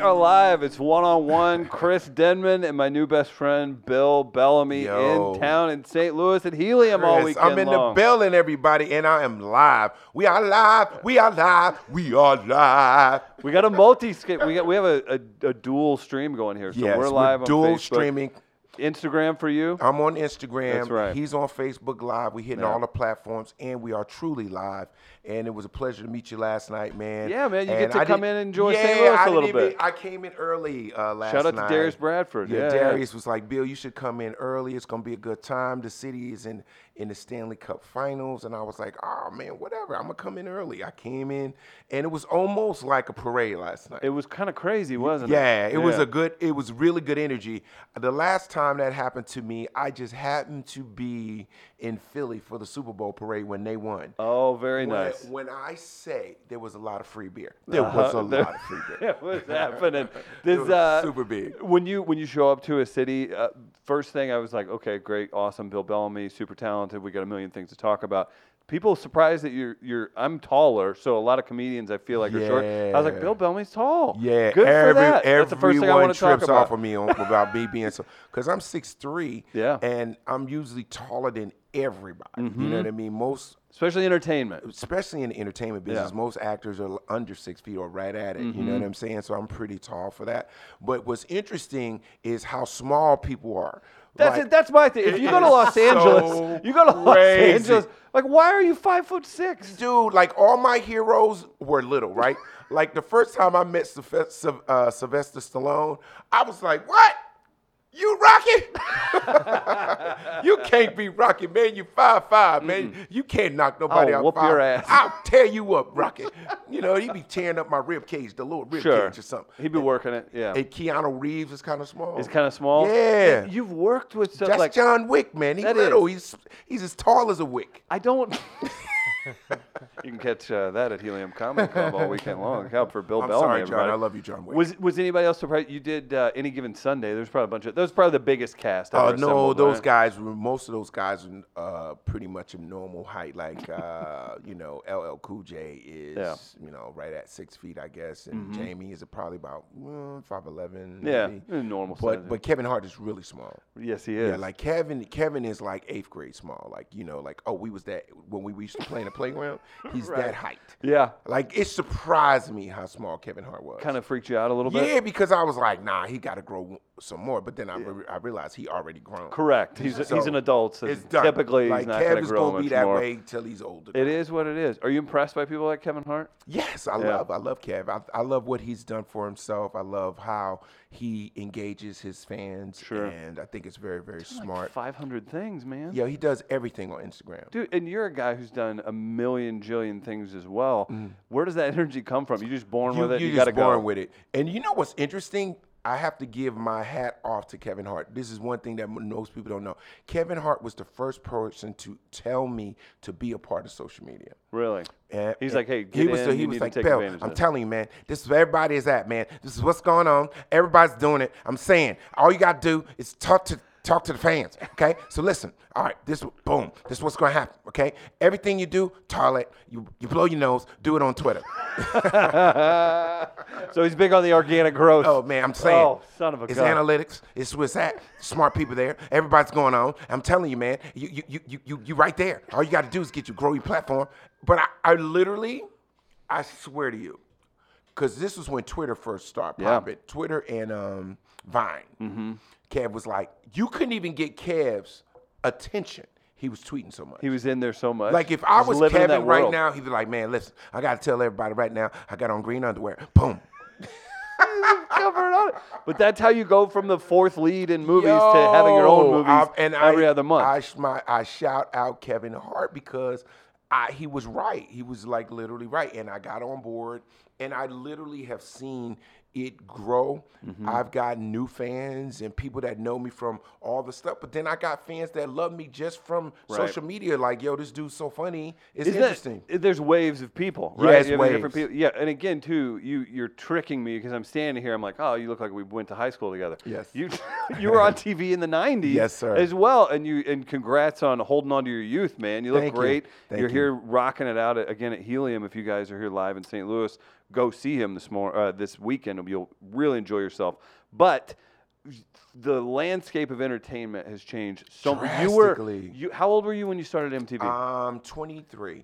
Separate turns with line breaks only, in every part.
are live. It's one on one. Chris Denman and my new best friend Bill Bellamy
Yo.
in town in St. Louis at Helium all
Yes,
weekend
I'm in
long.
the building, everybody, and I am live. We are live. We are live. We are live.
We got a multi We got we have a, a, a dual stream going here. So
yes,
we're live on
dual
Facebook.
streaming.
Instagram for you.
I'm on Instagram.
That's right.
He's on Facebook Live. We're hitting
Yeah.
all the platforms, and we are truly live. And it was a pleasure to meet you last night, man.
Yeah, man, you get
And
to
I
come
didn't-
in and enjoy
yeah,
St. Louis
I
a
didn't
little
even-
bit.
I came in early uh, last
Shout out to
night.
Darius Bradford.
Yeah,
Yeah, yeah.
Darius was like, Bill, you should come in early. It's gonna be a good time. The city is in in the Stanley Cup Finals, and I was like, oh man, whatever. I'm gonna come in early. I came in, and it was almost like a parade last night.
It was kind of crazy, wasn't
Yeah,
it?
it was a good. It was really good energy. The last time that happened to me, I just happened to be in Philly for the Super Bowl parade when they won.
Oh, very
When-
nice.
When, I say there was a lot of free beer, there was a
Uh, there-
lot of free beer.
it was happening.
It
This
was
uh,
super big.
When you when you show up to a city, uh, first thing I was like, okay, great, awesome, Bill Bellamy, super talented. We got a million things to talk about. People surprised that you're you're I'm taller, so a lot of comedians I feel like are short. I was like,
Yeah.
Bill Bellamy's tall.
Yeah,
good
every,
for that.
Everyone
That's the first thing I want to talk
trips
about.
off of me on, about me being so because I'm six three.
Yeah. Mm-hmm.
and I'm usually taller than everybody. You know what I mean? Most
Especially entertainment.
especially in the entertainment business,
Yeah. Mm-hmm.
most actors are under six feet or right at it. You know what I'm saying? So I'm pretty tall for that. But what's interesting is how small people are.
That's
Like,
it. That's my thing. If
it
you go to
is
Los Angeles,
so
you go to Los
crazy.
Angeles. Like, why are you five foot six?
dude, like all my heroes were little, right? like the first time I met Sylve- Syl- uh, Sylvester Stallone, I was like, what? You Rocky? you can't be Rocky, man. You five five, man. You can't knock nobody
I'll
out.
whoop
five.
your ass.
I'll tear you up, Rocky. you know, he'd be tearing up my rib cage, the little rib
Sure,
cage or something.
he'd be working it. Yeah,
And Keanu Reeves is kind of small.
It's kind of small.
Yeah.
You- You've worked with stuff
That's
like
John Wick, man. He's
That
little.
is.
He's he's as tall as a wick.
I don't. you can catch uh, that at Helium Comedy Club all weekend long. Help for Bill
I'm
Bellamy.
sorry, John.
everybody.
I love you, John Wick.
Was was anybody else surprised? You did uh, any given Sunday. There's probably a bunch of. That was probably the biggest cast.
Oh
ever
no,
assembled,
those
right?
guys were most of those guys were uh, pretty much a normal height. Like uh, you know, LL Cool J is
Yeah. Mm-hmm.
you know right at six feet, I guess, and Jamie is probably about mm, five eleven.
Yeah, a normal
But
size.
but Kevin Hart is really small.
Yes, he is.
Yeah, like Kevin. Kevin is like eighth grade small. Like you know, like oh, we was that when we used to play in the playground. He's that height.
yeah,
Like it surprised me how small Kevin Hart was.
kind of freaked you out a little bit.
yeah, because I was like, nah, he got to grow some more. But then I, re- I realized he already grown.
Correct. He's a, he's
So,
an adult. So
It's done.
typically
like
he's not
Kev
going to
is
grow
gonna be
much
that
more.
way till he's older.
It is what it is. Are you impressed by people like Kevin Hart?
Yes, I
Yeah.
love, I love Kev. I, I love what he's done for himself. I love how he engages his fans,
Sure.
and I think it's very, very smart.
Five hundred things, man.
yeah, he does everything on Instagram.
Dude, and you're a guy who's done a million jillion things as well. Where does that energy come from? You're just born with it.
Mm-hmm. You,
You,
are
gotta
just born
go.
with it. And you know what's interesting? I have to give my hat off to Kevin Hart. This is one thing that m- most people don't know. Kevin Hart was the first person to tell me to be a part of social media.
Really?
And-
He's
and
like, hey, get
Eh, he was,
in.
the- he
you
was
need
like,
to take
Bill,
advantage
I'm
of it.
telling you, man, this is where everybody is at, man. This is what's going on. Everybody's doing it. I'm saying, all you gotta do is talk to talk to the fans, okay? So listen, all right, this boom, this is what's gonna happen, okay? Everything you do, toilet, you you blow your nose, do it on Twitter.
so he's big on the organic growth.
Oh man, I'm saying,
Oh, son of a
it's
gun.
analytics. It's what's at. Smart people there. Everybody's going on. I'm telling you, man, you you you you you, you right there. All you gotta do is get you grow your platform. But I, I literally, I swear to you, because this was when Twitter first started
Yeah. Mm-hmm.
popping. Twitter and um, Vine. Kev was like, you couldn't even get Kev's attention. He was tweeting so much.
He was in there so much.
Like if I
Just
was
living in that
Kevin right
world.
now, he'd be like, "Man, listen, I gotta tell everybody right now, I got on green underwear. Boom,
Covered on it. But that's how you go from the fourth lead in movies to having your own
Yo,
movies
I- and
every
I,
other month.
I, sh- my, I shout out Kevin Hart because I, he was right. He was like literally right, and I got on board, and I literally have seen it grow.
Mm-hmm.
I've got new fans and people that know me from all the stuff, but then I got fans that love me just from social media. Like, yo, this dude's so funny. It's
Isn't that-
interesting.
there's waves of people,
Yeah,
right?
it's
You have different
waves.
people. Yeah, and again, too, you you're tricking me because I'm standing here. I'm like, oh, you look like we went to high school together.
Yes.
You you were on TV in the '90s.
Yes, sir.
As well, and you and congrats on holding on to your youth, man. You look
Thank you.
great.
Thank
you're
you.
here rocking it out at, again at Helium. If you guys are here live in St. Louis, go see him this mor- uh, this weekend. You'll really enjoy yourself. But the landscape of entertainment has changed so you were
Drastically.
you how old were you when you started MTV?
Um, 23.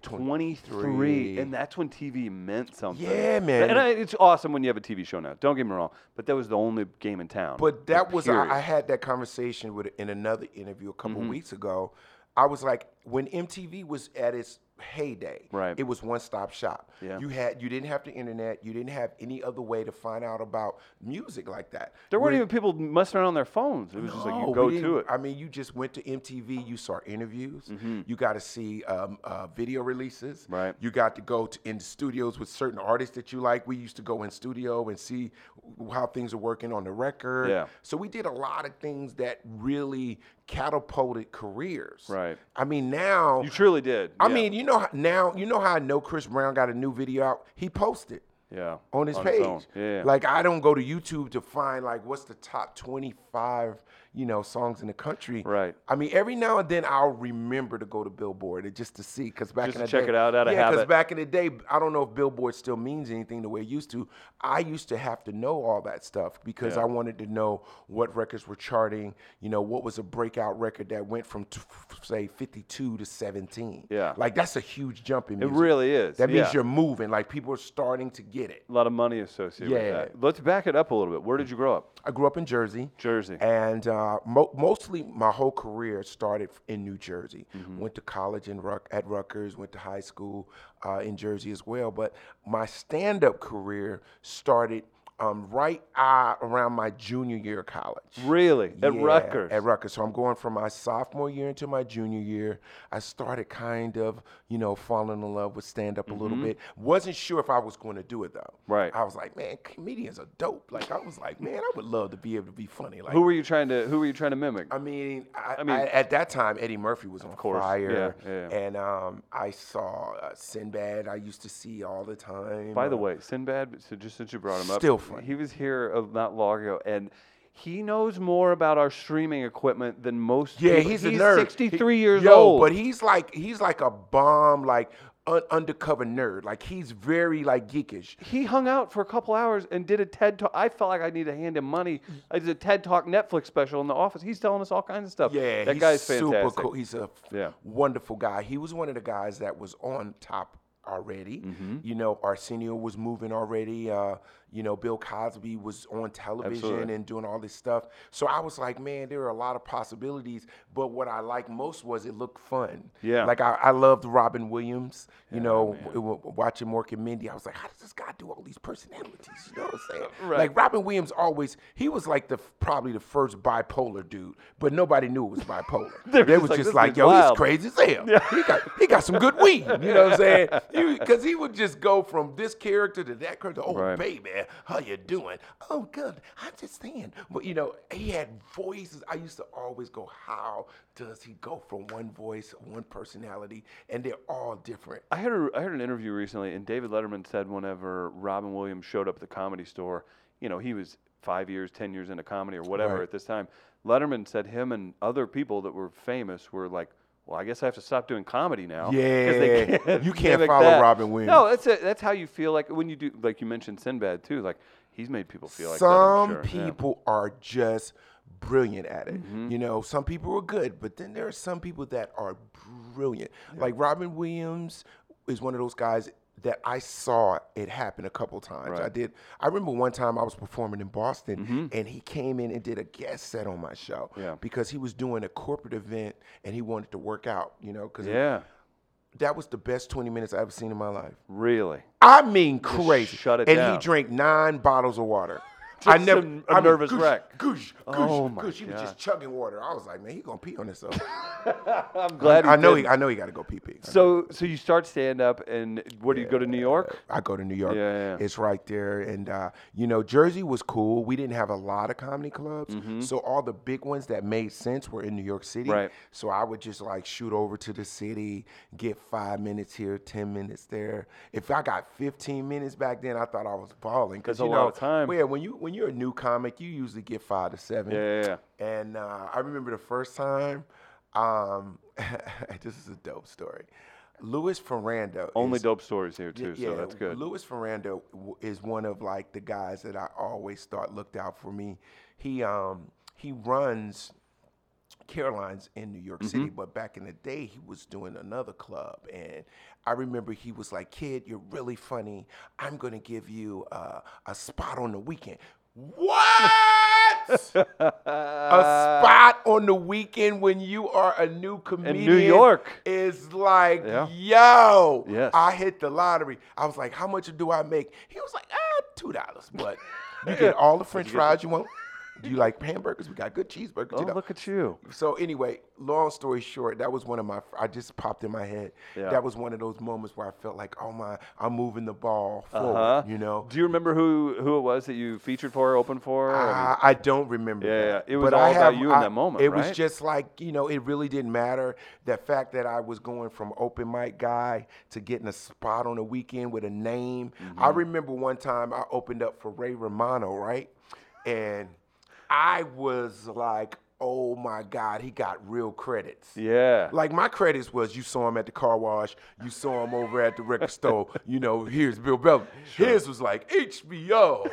23 and that's when TV meant something.
Yeah, man.
And I, it's awesome when you have a TV show now. Don't get me wrong, but that was the only game in town.
But that was
period.
I, I had that conversation with in another interview a couple
Mm-hmm.
weeks ago. I was like, when MTV was at its heyday,
Right.
it was one stop shop.
Yeah.
You had you didn't have the internet, you didn't have any other way to find out about music like that.
there weren't
When-
even people messing around on their phones. It was just like
No,
you
we
go
didn't-
to it.
I mean, you just went to MTV. You saw interviews. You got to see um, uh, video releases.
Mm-hmm. Right.
You got to go to, in studios with certain artists that you like. We used to go in studio and see how things are working on the record.
Yeah.
So we did a lot of things that really catapulted careers.
Right.
I mean, now
You truly did.
I
yeah.
mean, you know how, now you know how I know Chris Brown got a new video out. He posted
yeah,
on his page.
own. Yeah.
Like I don't go to YouTube to find like what's the top 25, you know, songs in the country.
Right.
I mean, every now and then I'll remember to go to Billboard and just to see because back
Just
in the
to check
day,
it out out of
yeah,
habit.
back in the day, I don't know if Billboard still means anything the way it used to. I used to have to know all that stuff because I wanted to know what records were charting. You know, what was a breakout record that went from t- f- say 52 to 17.
Yeah.
like that's a huge jump in
it
music.
really is.
That means
yeah.
you're moving. Like people are starting to get it.
a lot of money associated
Yeah.
with that. Let's back it up a little bit. Where did you grow up?
I grew up in Jersey.
Jersey.
And uh, mo- mostly my whole career started in New Jersey. Went to college in Ruck- at Rutgers, went to high school uh, in Jersey as well. But my stand up career started um, right uh, around my junior year of college.
Really? At
Yeah,
Rutgers.
At Rutgers. So I'm going from my sophomore year into my junior year. I started kind of, you know, falling in love with stand up a little bit. Wasn't sure if I was going to do it though.
Mm-hmm. Right.
I was like, man, comedians are dope. Like I was like, man, I would love to be able to be funny. Like
who were you trying to Who were you trying to mimic?
I mean, I,
mean-
I- at that time, Eddie Murphy was on
course,
fire,
yeah, yeah.
and um, I saw uh, Sinbad. I used to see all the time.
By the
Uh,
way, Sinbad. So just since you brought him up,
Still funny.
He was here of not long ago, and he knows more about our streaming equipment than most.
Yeah,
people.
he's, a nerd.
Sixty-three
He-
years
yo,
old.
but he's like he's like a bomb, like un- undercover nerd. Like he's very like geekish.
he hung out for a couple hours and did a TED talk. I felt like I need to hand him money. I did a TED talk Netflix special in the office. He's telling us all kinds of stuff.
Yeah,
that
he's
guy's
super
fantastic.
cool. He's a
Yeah.
wonderful guy. He was one of the guys that was on top already.
Mm-hmm.
You know, Arsenio was moving already. Uh, you know, Bill Cosby was on television
Absolutely.
and doing all this stuff. So I was like, man, there are a lot of possibilities. But what I liked most was it looked fun.
Yeah.
Like I, I loved Robin Williams. You know, w- w- watching Mork and Mindy, I was like, how does this guy do all these personalities? You know what I'm saying?
Right.
Like Robin Williams always he was like the probably the first bipolar dude, but nobody knew it was bipolar.
They were
they
just
was
like,
just
"This
like,
dude's
yo,
wild."
he's crazy as hell. He got he got some good weed. You know what I'm saying? Because he would just go from this character to that character. Oh
Right.
baby, how you doing? Oh good, I'm just saying. But you know, he had voices. I used to always go, how does he go from one voice, one personality, and they're all different.
I heard a, I heard an interview recently, and David Letterman said whenever Robin Williams showed up at the Comedy Store, you know, he was five years, ten years into comedy or whatever
Right.
at this time. Letterman said him and other people that were famous were like. Well, I guess I have to stop doing comedy now. 'cause they
Yeah,
can't
you can't
mimic
follow
that."
Robin Williams.
No, that's a, that's how you feel like when you do like you mentioned Sinbad too. Like he's made people feel like that, I'm
some
sure. Yeah. Mm-hmm.
people are just brilliant at it. You know, some people are good, but then there are some people that are brilliant. Like Robin Williams is one of those guys that I saw it happen a couple times. I did. I remember one time I was performing in Boston and he came in and did a guest set on my show
Mm-hmm. Yeah.
because he was doing a corporate event and he wanted to work out, you know, cuz
Yeah,
that was the best 20 minutes I ever seen in my life.
really.
I mean, crazy.
shut it
and
down.
he drank nine bottles of water.
Just a- a
I mean,
nervous
goosh,
wreck.
Goosh, goosh,
Oh,
goosh.
my
He was just chugging water. I was like, man, he gonna pee on himself.
I'm glad.
I
he
know
did.
he, I know he got to go pee pee.
So so you start stand up, and what do you go to New York?
I go to New York.
Yeah, yeah, yeah.
It's right there. And, uh, you know, Jersey was cool. We didn't have a lot of comedy clubs. So all the big ones that made sense were in New York City.
Mm-hmm. Right.
So I would just like shoot over to the city, get five minutes here, 10 minutes there. If I got 15 minutes back then, I thought I was balling. Because,
That's a
you know,
lot of time.
well, yeah, when, you, when you're a new comic, you usually get five to seven.
Yeah, yeah, yeah.
And uh, I remember the first time. Um, this is a dope story. Louis Ferrando.
Only
is,
dope stories here
Yeah,
too, so
yeah,
that's good.
Louis Ferrando w- is one of like the guys that I always thought looked out for me. He um he runs Caroline's in New York City,
Mm-hmm.
but back in the day he was doing another club, and I remember he was like, "Kid, you're really funny. I'm gonna give you uh, a spot on the weekend." What?
Uh,
a spot on the weekend when you are a new comedian
York.
is like,
Yeah.
yo,
Yes.
I hit the lottery. I was like, how much do I make? He was like, ah, two dollars, but you get all the French fries you want. Do you like hamburgers? We got good cheeseburgers.
oh,
you know?
look at you.
So anyway, long story short, that was one of my. I just popped in my head.
Yeah.
That was one of those moments where I felt like, oh my, I'm moving the ball forward.
Uh-huh.
You know,
Do you remember who who it was that you featured for, opened for? I mean,
I, I don't remember.
Yeah,
that.
yeah. It was
But
all
I
about
have-
you in
I-
that moment,
It
right?
was just like you know, it really didn't matter. The fact that I was going from open mic guy to getting a spot on the weekend with a name. I
Mm-hmm.
remember one time I opened up for Ray Romano, right? And I was like, oh my god, he got real credits.
yeah.
Like my credits was you saw him at the car wash, you saw him over at the record store. You know, here's Bill Bellamy. His was like HBO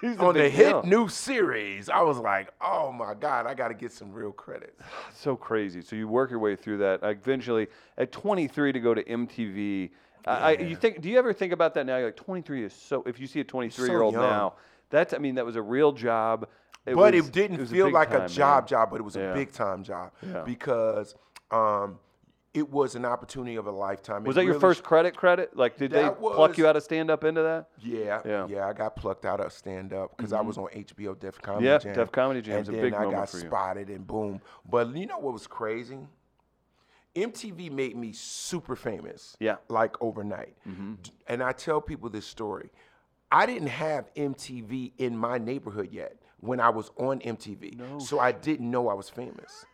He's a
on the
big
hit
deal.
new series. I was like, oh my god, I got to get some real credits.
It's so crazy. So you work your way through that. Like, Eventually, at 23, to go to MTV. I, I, you think? Do you ever think about that now? You're like, 23 is so. If you see a 23 year old
young.
now, that's. I mean, that was a real job. It
but
was-
it didn't
was
feel
big
like
time, man.
a job job, but it was
Yeah.
a big time job
Yeah.
because um, it was an opportunity of a lifetime. It
Was that your
really
first credit? Credit? Like, did they
That
pluck
was-
you out of stand up into that?
Yeah,
Yeah. Mm-hmm.
yeah, I got plucked out of stand up because I was on HBO Def Comedy
Yeah,
Jam.
Def Comedy Jam's a
and then
big
I
moment
got
for you.
spotted and boom. But you know what was crazy? MTV made me super famous.
Yeah. Mm-hmm.
like overnight. D- And I tell people this story. I didn't have MTV in my neighborhood yet when I was on MTV, so I didn't know I was famous.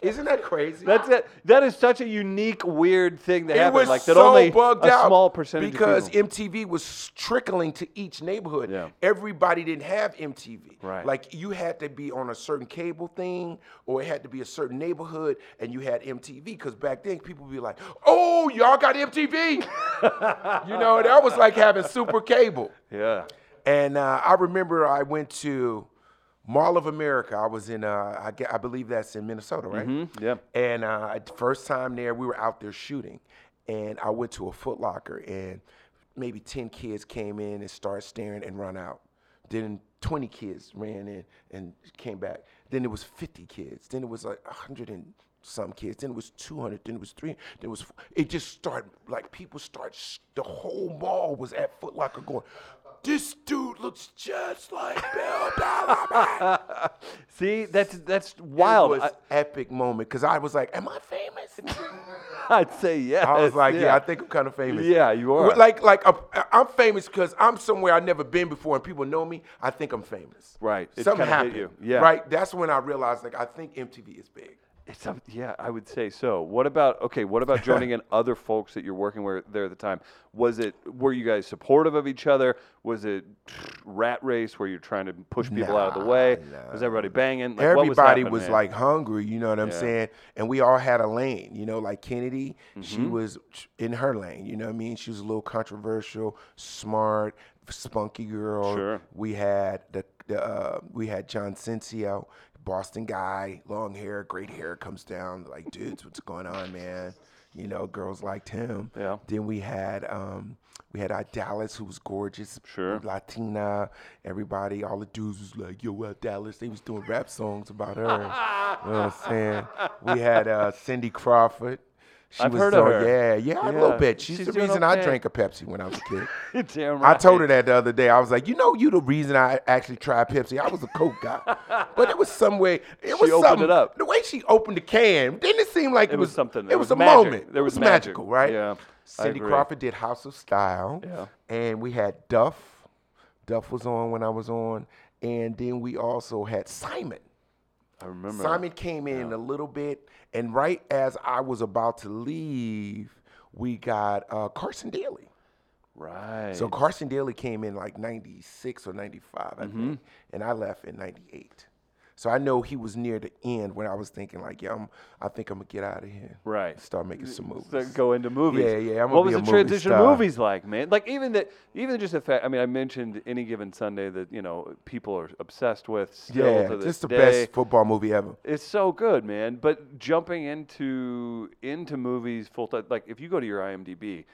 Isn't that crazy?
That's it. That is such a unique, weird thing that
It
happened.
was
like that
so
only
bugged
a
out
small percentage
because
of people.
MTV was trickling to each neighborhood.
Yeah.
Everybody didn't have MTV.
Right.
Like you had to be on a certain cable thing, or it had to be a certain neighborhood, and you had MTV. Because back then, people would be like, "Oh, y'all got MTV," you know. That was like having super cable.
yeah.
And uh, I remember I went to Mall of America. I was in, uh, I, ge- I believe that's in Minnesota, right?
Hmm? Yeah.
And uh, at the first time there, we were out there shooting, and I went to a Foot Locker, and maybe ten kids came in and started staring and run out. Then twenty kids ran in and came back. Then it was fifty kids. Then it was like hundred and some kids. Then it was two hundred. Then it was three. Then it was. It just started like people started. sh- The whole mall was at Foot Locker going. This dude looks just like Bill Bellamy.
See, that's that's
Wild.
wild.
It was epic moment because I was like, "Am I famous?"
I, would say yes.
I was like, yeah, I think I'm kind of famous.
Yeah, you are.
Well, Like, like uh, I'm famous because I'm somewhere I've never been before, and people know me. I think I'm famous.
Right. It
Something
kinda hit
happened.
you. Yeah.
Right. That's when I realized, like, I think MTV is big.
It's up- yeah, I would say so. What about okay? What about joining in other folks that you're working with there at the time? Was it were you guys supportive of each other? Was it rat race where you're trying to push people out of the way? Was everybody banging? Like, what was,
Everybody
happening,
was,
man?
like hungry, you know what I'm
Yeah.
saying? And we all had a lane, you know, like Kennedy, she
Mm-hmm.
was in her lane, you know what I mean? She was a little controversial, smart, spunky girl.
Sure.
We had the, the uh, we had John Cincio, Boston guy, long hair, great hair, comes down like, dudes, what's going on, man? You know, girls liked him.
Yeah.
Then we had um, we had our Dallas, who was gorgeous,
Sure.
Latina. Everybody, all the dudes was like, "Yo, uh, Dallas." They was doing rap songs about her. you know what I'm saying? We had uh, Cindy Crawford. She
I've
was
heard of
on-
her.
Yeah, yeah, a
Yeah.
little bit. She's,
She's
the
doing
reason
okay.
I drank a Pepsi when I was a kid.
Damn
I
right.
told her that the other day. I was like, "You know, you the reason I actually tried Pepsi. I was a Coke guy, but it was some way. It was
opened
something-
it up.
The way she opened the can didn't it seem like it,
It was something.
It,
It
was,
was
a
magic.
moment.
There
it
was
was,
magic.
magical, right?
Yeah, I
Cindy
agree.
Crawford did House of Style.
Yeah.
And we had Duff. Duff was on when I was on, and then we also had Simon.
I remember.
Simon came in a little bit, and right as I was about to leave, we got uh, Carson Daly.
Right.
So Mm-hmm. Carson Daly came in like 96 or 95, I think, and I left in 98. So I know he was near the end when I was thinking like, yeah, I'm, I think I'm gonna get out of here.
Right.
Start making some movies.
So go into movies.
Yeah, yeah, I'm gonna
what was
be a
the
movie
transition to
star.
movies like, man? Like even that, even just the fact. I mean, I mentioned any given Sunday that you know people are obsessed with. Still
yeah,
to this
just the
day.
best football movie ever.
It's so good, man. But jumping into into movies full time, like if you go to your IMDb,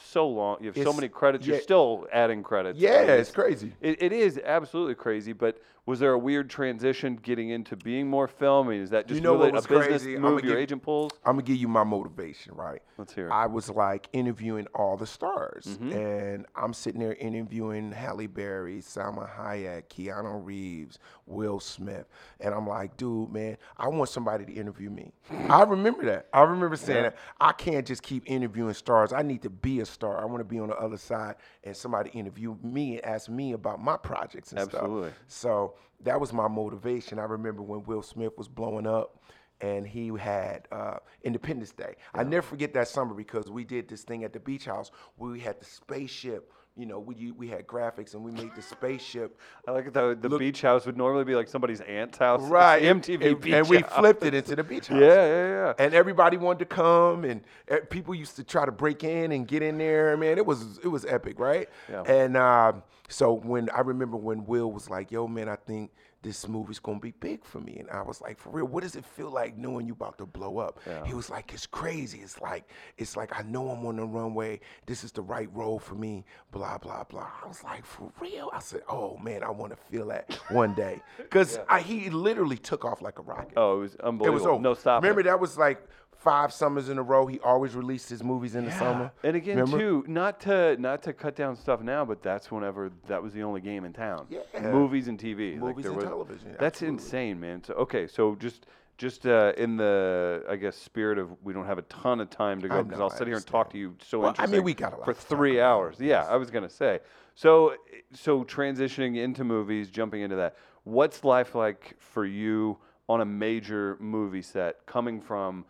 so long, you have so
It's-
many credits. You're
yeah.
still adding credits. I
Yeah,
mean,
it's crazy.
It, it is absolutely crazy. But was there a weird transition getting into being more film? I mean, is that just
You know what
really
was
a business
crazy? I'ma
move your
give-
agent pulls?
I'm gonna give you my motivation, right?
Let's hear it. Mm-hmm.
I was like interviewing all the stars, and I'm sitting there interviewing Halle Berry, Salma Hayek, Keanu Reeves, Will Smith, and I'm like, dude, man, I want somebody to interview me. I remember that. I remember saying that. I can't just keep interviewing stars. I need to be a star. I want to be on the other side, and somebody interview me and ask me about my projects and stuff.
Absolutely.
So that was my motivation. I remember when Will Smith was blowing up and he had uh, Independence Day. I never forget that summer because we did this thing at the beach house where we had the spaceship. You know, we, we had graphics and we made the spaceship.
I like the the beach house would normally be like somebody's aunt's house. It's the
And-
MTV
and,
beach
And we
house.
flipped it into the beach house.
Yeah, yeah, yeah.
And everybody wanted to come, and eh, people used to try to break in and get in there. Man, it was it was epic, right?
Yeah.
And uh, so when I remember when Will was like, "Yo, man, I think this movie's gonna be big for me," and I was like, "For real? What does it feel like knowing you about to blow up?" He was like, "It's crazy. It's like it's like I know I'm on the runway. This is the right role for me." Blah blah blah. I was like, "For real?" I said, "Oh man, I want to feel that one day," because he literally took off like a rocket.
Oh, it was
It
unbelievable.
was over.
No stop.
Remember that was like five summers in a row. He always released his movies in the summer.
And again,
Remember?
too, not to not to cut down stuff now, but that's whenever that was the only game in town.
Yeah.
Movies and TV.
Movies and television,
That's
absolutely.
insane, man. So okay, so just just uh, in the I guess spirit of we don't have a ton of time to go because
know,
I'll
I
sit here and talk to you so
Well, I mean,
interesting.
we got a lot
for
to talk
three
about.
hours. Yeah, I was gonna say. So so transitioning into movies, jumping into that. What's life like for you on a major movie set coming from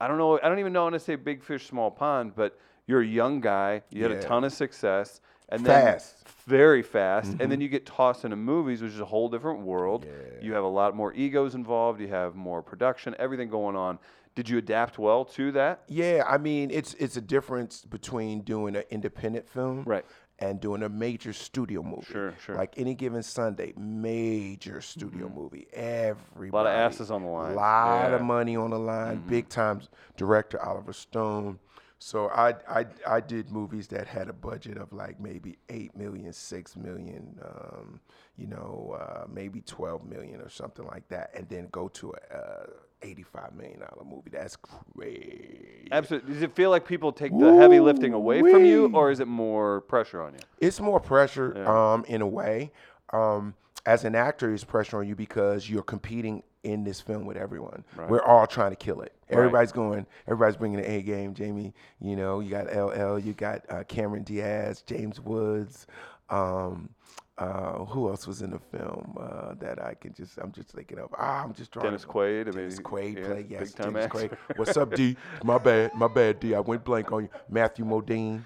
I don't know. I don't even know. I want to say big fish, small pond, but you're a young guy. You had a
Yeah.
ton of success, and
Fast. Mm-hmm.
then very fast, and then you get tossed into movies, which is a whole different world. You have a lot more egos involved. You have more production, everything going on. Did you adapt well to that?
Yeah, I mean, it's it's a difference between doing an independent film
Right.
and doing a major studio movie.
Sure, sure. Mm-hmm.
Like any given Sunday, major studio movie. Everybody.
asses on the line.
lot of
Yeah.
money on the line. Big time director Oliver Stone. So I, I I did movies that had a budget of like maybe eight million, six million, um, you know, uh, maybe twelve million or something like that, and then go to a uh, eighty-five million dollar movie. That's crazy.
Absolutely. Does it feel like people take the heavy lifting away from you,
Woo-wee.
or is it more pressure on you?
It's more pressure um, in a way. Um, as an actor, it's pressure on you because you're competing in this film with everyone. We're all trying to kill it. Everybody's going. Everybody's bringing the A game. Jamie, you know, you got LL, you got uh, Cameron Diaz, James Woods. Um, uh, who else was in the film uh, that I can just? I'm just thinking of. Ah, I'm just drawing.
Dennis
a-
Quaid. I mean,
Dennis Quaid
yeah,
play. Yes,
big-time
Dennis
actor.
Quaid. What's up, D? My bad. My bad, D. I went blank on you. Matthew Modine.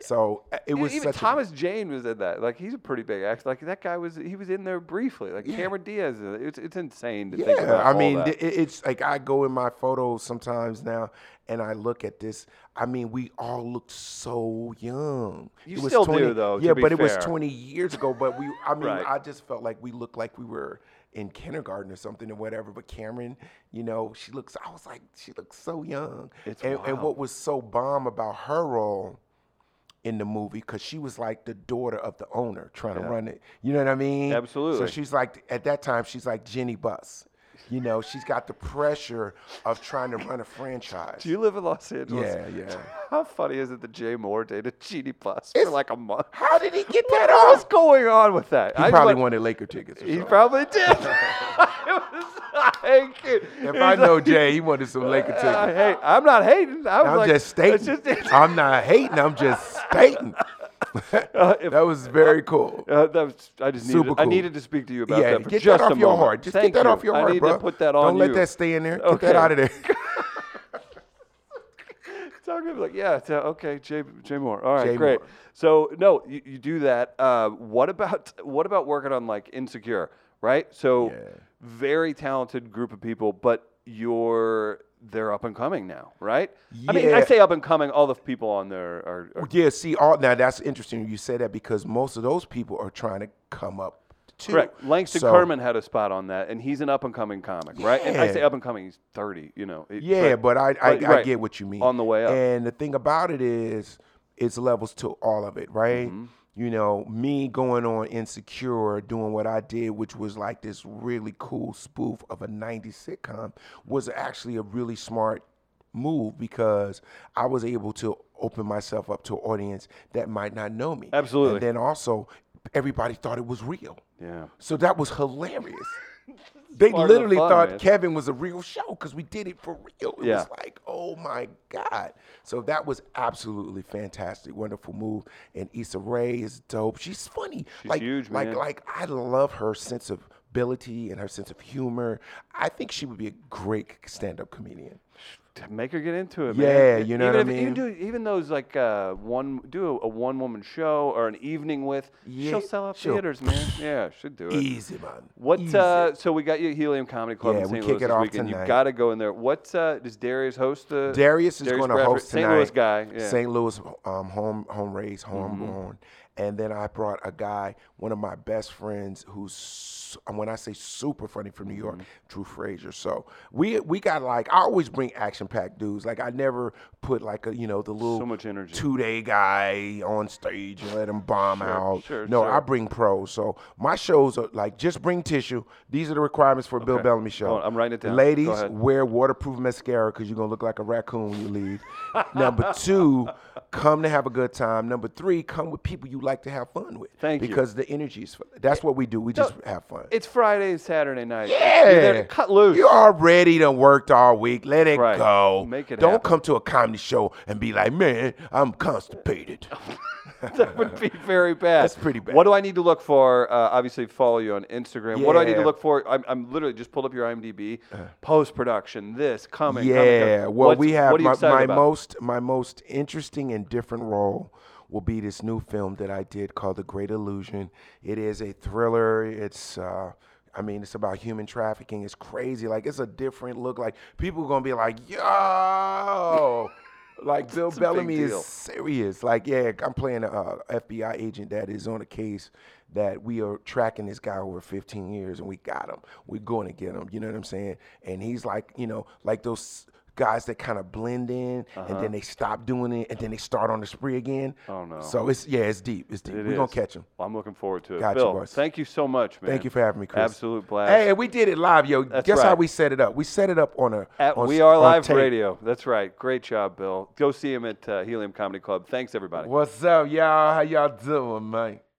So uh, it was
E, even
such a-
Thomas Jane was in that. Like he's a pretty big actor. Like that guy was. He was in there briefly. Like Cameron Diaz. is- It's it's insane to think about.
I
all
mean,
that.
th- it- it's like I go in my photos sometimes now, and I look at this. I mean, we all look so young.
You still do, though, to
Yeah,
be
but it was
fair.
20 years ago. But we, I mean,
Right.
I just felt like we looked like we were in kindergarten or something or whatever. But Cameron, you know, she looks. I was like, she looks so young.
It's
and, and
wild.
what was so bomb about her role in the movie because she was like the daughter of the owner trying to run it. You know what I mean?
Absolutely.
So she's like at that time she's like Jenny Buss. You know, she's got the pressure of trying to run a franchise.
Do you live in Los Angeles?
Yeah, yeah.
How funny is it that Jay Moore dated Jeannie Buss for
It's-
like a month?
How did he get that
What was
off?
going on with that?
He
I
probably
went-
wanted Laker tickets. Or
He
something.
probably did. I was like,
if I know Jay, he wanted some Laker
I
tickets.
hate, I'm not hating. I was
I'm
like,
just
it's
stating.
just-
I'm not hating. I'm just stating.
Uh, if-
that was very cool.
Uh, that was, I just needed,
Super
I
cool.
needed to speak to you about
yeah,
that for
get
just
that
a
off your
moment.
heart. Just
Thank
get that
you.
off your
I
heart,
need
bro.
to put that
Don't
on
let
you.
that stay in there. Get
Okay.
that out of there.
So I'm gonna be like, yeah, it's, uh, okay, Jay, Jay Moore. All right,
Jay
great.
Moore.
So no, you, you do that. Uh, what about what about working on like Insecure, right? So very talented group of people, but you're they're up and coming now, right? I mean, I
Yeah.
say up and coming. All the people on there are, are
Yeah, see, all now that's interesting. You say that because most of those people are trying to come up too.
correct. Langston
So-
Kerman had a spot on that, and he's an up and coming comic, right? And I
Yeah.
say up and coming, he's thirty. You know, it-
Yeah, but, I, I,
but-
I
right.
get what you mean.
On the way up.
And the thing about it is, it's levels to all of it, right?
Mm-hmm.
You know, me going on Insecure, doing what I did, which was like this really cool spoof of a 90s sitcom, was actually a really smart move because I was able to open myself up to an audience that might not know me.
Absolutely.
And then also, everybody thought it was real.
yeah.
So that was hilarious. they
part of the
literally
fun,
thought
man.
Kevin was a real show because we did it for real. It
Yeah.
was like, oh my God. So that was absolutely fantastic, wonderful move. And Issa Rae is dope. She's funny. like,
huge,
like,
man.
like I love her sense of ability and her sense of humor. I think she would be a great stand-up comedian.
to make her get into it.
Yeah,
man.
you know
even
what I
if- Even,
mean?
do, even those like uh, one do a, one woman show or an evening with,
Yeah,
she'll sell out
she'll-
theaters, man. Yeah, should do it.
Easy, man.
What?
Easy.
Uh, so we got you at Helium Comedy Club
Yeah,
in
we
St.
kick
Louis
it
this
off
weekend. You
tonight.
got to go in there. What uh, does Darius host the?
Darius is going to
Bradford,
host
St.
tonight.
Louis guy. Yeah. Mm-hmm.
St. Louis um, home home raised, homegrown. And then I brought a guy, one of my best friends, who's su- and when I say super funny from New
Mm-hmm.
York, Drew Frazier. So we we got like I always bring action packed dudes. Like I never put like a you know the little
So much energy.
two day guy on stage and let him bomb out.
sure,
no,
sure.
I bring pros. So my shows are like just bring tissue. These are the requirements for a Bill
Okay.
Bellamy show.
Hold on, I'm writing it down. Go
Ladies,
ahead.
wear waterproof mascara because you're gonna look like a raccoon when you leave. Number two, come to have a good time. Number three, come with people you like to have fun with.
Thank you.
because the energy is. Fun. That's what we do. We just have fun.
It's Friday and Saturday night. You're there
yeah,
to cut loose.
You already done worked all week. Let it
Right.
go.
Make it
Don't
happen.
come to a comedy show and be like, man, I'm constipated.
that would be very bad.
That's pretty bad.
What do I need to look for? Uh, obviously, follow you on Instagram. What do I need to
Yeah. Uh-huh.
look for? I'm, I'm literally just pulled up your IMDb. Post production, this coming. coming,
Yeah.
coming.
Well,
What's-
we have
what are you
my,
excited
my
about?
most my most interesting and different role will be this new film that I did called The Great Illusion. It is a thriller. It's uh I mean, it's about human trafficking. It's crazy. Like it's a different look. Like people gonna be like, yo. Like Bill
a big
Bellamy
deal.
is serious. Like, yeah, I'm playing a uh, FBI agent that is on a case that we are tracking this guy over 15 years, and we got him. We're going to get him. You know what I'm saying? And he's like, you know, like those guys that kind of blend in, and then they stop doing it, and then they start on the spree again.
Uh-huh. Oh, no.
So it's yeah, it's deep. It's deep.
It
We're gonna
is.
catch him.
Well, I'm looking forward to it.
Gotcha,
Bill,
boys.
thank you so much, man.
Thank you for having me, Chris.
Absolute blast.
Hey, we did it live, yo. Guess how
right.
we set it up? We set it up on a
At
on,
We Are
on
Live
tape.
Radio. That's right. Great job, Bill. Go see him at uh, Helium Comedy Club. Thanks, everybody.
What's up, y'all? How y'all doing, man?